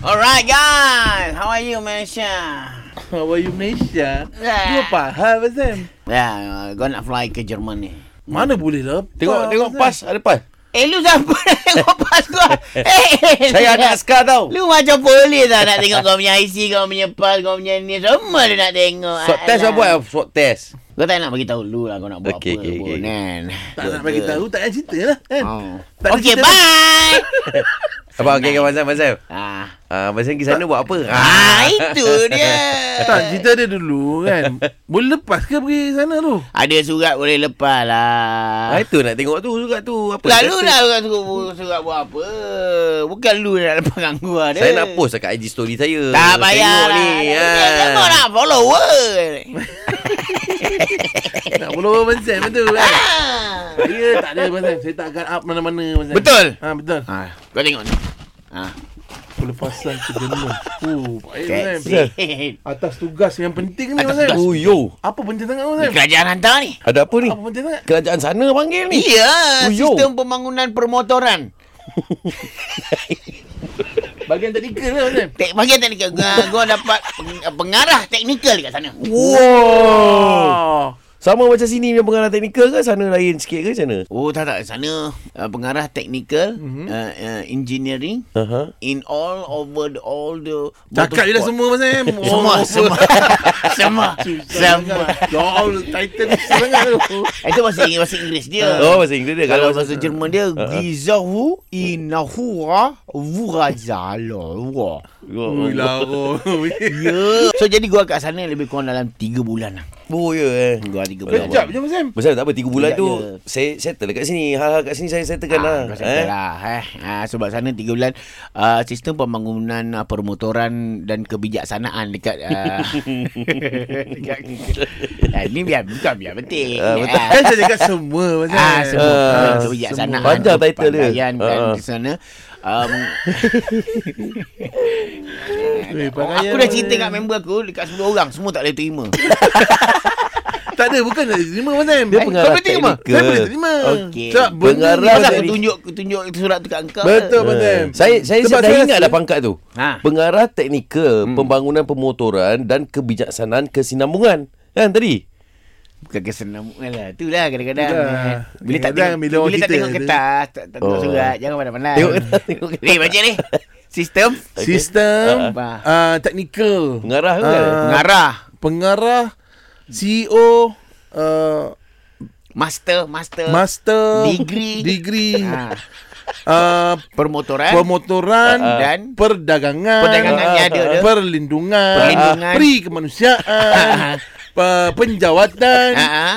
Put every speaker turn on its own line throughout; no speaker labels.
Alright guys, how are you Malaysia?
How are you Malaysia?
Yeah.
You apa hal Azam?
Ya, gua nak fly ke Jerman ni.
Mana boleh lah.
Tengok tengok pas ada pas.
Eh lu siapa nak tengok pas kau? Eh, lu-
Saya anak askar tau.
Lu macam boleh tak nak tengok kau punya IC, kau punya pas, kau punya ni. Semua lu nak tengok.
Swab test
Alah.
apa buat ah, swab test.
Kau tak nak bagi tahu lu lah kau nak buat
Okey,
apa
okey,
pun
okey.
kan.
Tak nak bagi tahu tak payah cerita lah kan.
Oh.
Tak ada
Okay,
cerita.
bye.
Abang okey kan Mazam Mazam.
ah.
Ah Mazam pergi sana buat apa?
ah, itu dia.
Tak cerita dia dulu kan. Boleh lepas ke pergi sana tu?
Ada surat boleh lepas lah.
Ah itu nak tengok tu juga tu apa.
Lalu
kata.
lah orang suruh bu- surat buat apa. Bukan lu yang nak lepas ganggu ada.
Saya nak post dekat IG story saya.
Tak payah
Tengok
lah.
ni.
Tengok
Ha.
nak lah, follower.
Nak follow Mazam tu kan.
Ah.
Saya tak ada Mazam. Saya tak akan up mana-mana Mazam.
Betul?
Ha betul.
Ha, kau tengok ni. Ha.
Pelepasan ke Jerman. Oh, baik Mazam.
Sexy.
Atas tugas yang penting ni
Atas
Mazam.
Oh yo.
Apa penting sangat
Ni
Mazam?
kerajaan hantar ni.
Ada apa ni?
Apa penting sangat?
Kerajaan sana panggil ni.
Iya,
Oh, yo.
sistem pembangunan permotoran.
Bagian teknikal lah Mazam.
Tek, bagian teknikal. Gua, gua dapat peng- pengarah teknikal dekat sana.
Wow. Sama macam sini punya pengarah teknikal ke sana lain sikit ke sana?
Oh, tak tak. Sana uh, pengarah teknikal,
Mhm.
mm-hmm. uh, uh, engineering,
Aha.
in all over the, all the
Cakap je lah semua Mazam. Oh,
Semua,
apa?
semua. Semua. Semua.
Ya Allah, Titan sangat tu.
Itu bahasa Inggeris, bahasa Inggeris dia.
Oh bahasa Inggeris dia
Kalau
kalau
bahasa Jerman dia Gizahu inahura wurazalawa.
Ui lah, oh. laro.
Ya. So jadi gua kat sana lebih kurang dalam 3 bulan lah.
Oh ya eh.
Gua 3 bulan. Ah,
Kejap je Mazam.
Pasal tak apa 3 bulan
Sekejap
tu
je.
saya settle kat sini. Hal-hal kat sini saya settlekan lah.
Kau settle lah eh? ah, Sebab sana 3 bulan uh, Sistem pembangunan uh, Permotoran Dan kebijaksanaan Dekat uh, dekat, Ah, Ini biar Bukan biar penting
Ah, betul.
Ah.
Kan saya cakap semua Mazam.
Ah, semua
Ah,
uh, kebijaksanaan
semua. Panjang title dia.
kepandaian kan
Ah, ah.
di sana um,
Eh, pandai
Aku dah
ya,
cerita
Mazam.
kat member aku Dekat 10 orang Semua tak boleh terima
Tak ada, bukan nak terima Mazam.
Dia pengarah
Kau boleh terima.
teknikal.
Saya boleh terima.
Okey.
Sebab benda ni
Pengarah
Kenapa
Mazam.
aku
jadi-
tunjuk aku tunjuk surat tu kat engkau
Betul Mazam.
Eh, Saya saya
Sebab
Sebab dah
saya
ingat
rasa-
dah pangkat tu.
lah. Ha.
Pengarah teknikal pembangunan pemotoran dan kebijaksanaan kesinambungan. Kan tadi?
Bukan kesenam lah Tu lah kadang-kadang
Itulah.
kan. Bila tak
Kadang-kadang
tengok
bila
Bila,
orang
tak
cerita
tengok
tu.
kertas Tak tak tengok
Oh.
surat Jangan pandang-pandang
Tengok kertas, tengok kertas.
Ni baca ni Sistem
Sistem
Ah.
ah, teknikal.
Pengarah ke?
Ah,
Pengarah
Pengarah CEO ah,
Master Master
Master
Degree.
Degree
Ah.
ah,
Permotoran
Pemotoran
Eh? Ah, ah.
Dan
Dan-
Perdagangan Ah,
Perdagangannya ada dia.
Perlindungan
Perlindungan.
Peri kemanusiaan pe- Penjawatan
Ah, ah.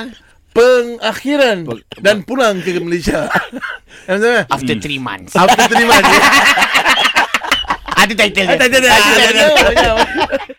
Pengakhiran Dan pulang ke Malaysia Yang sama
Hmm.
After 3 months
After terima kasih
ah, Ada title dia Ada title dia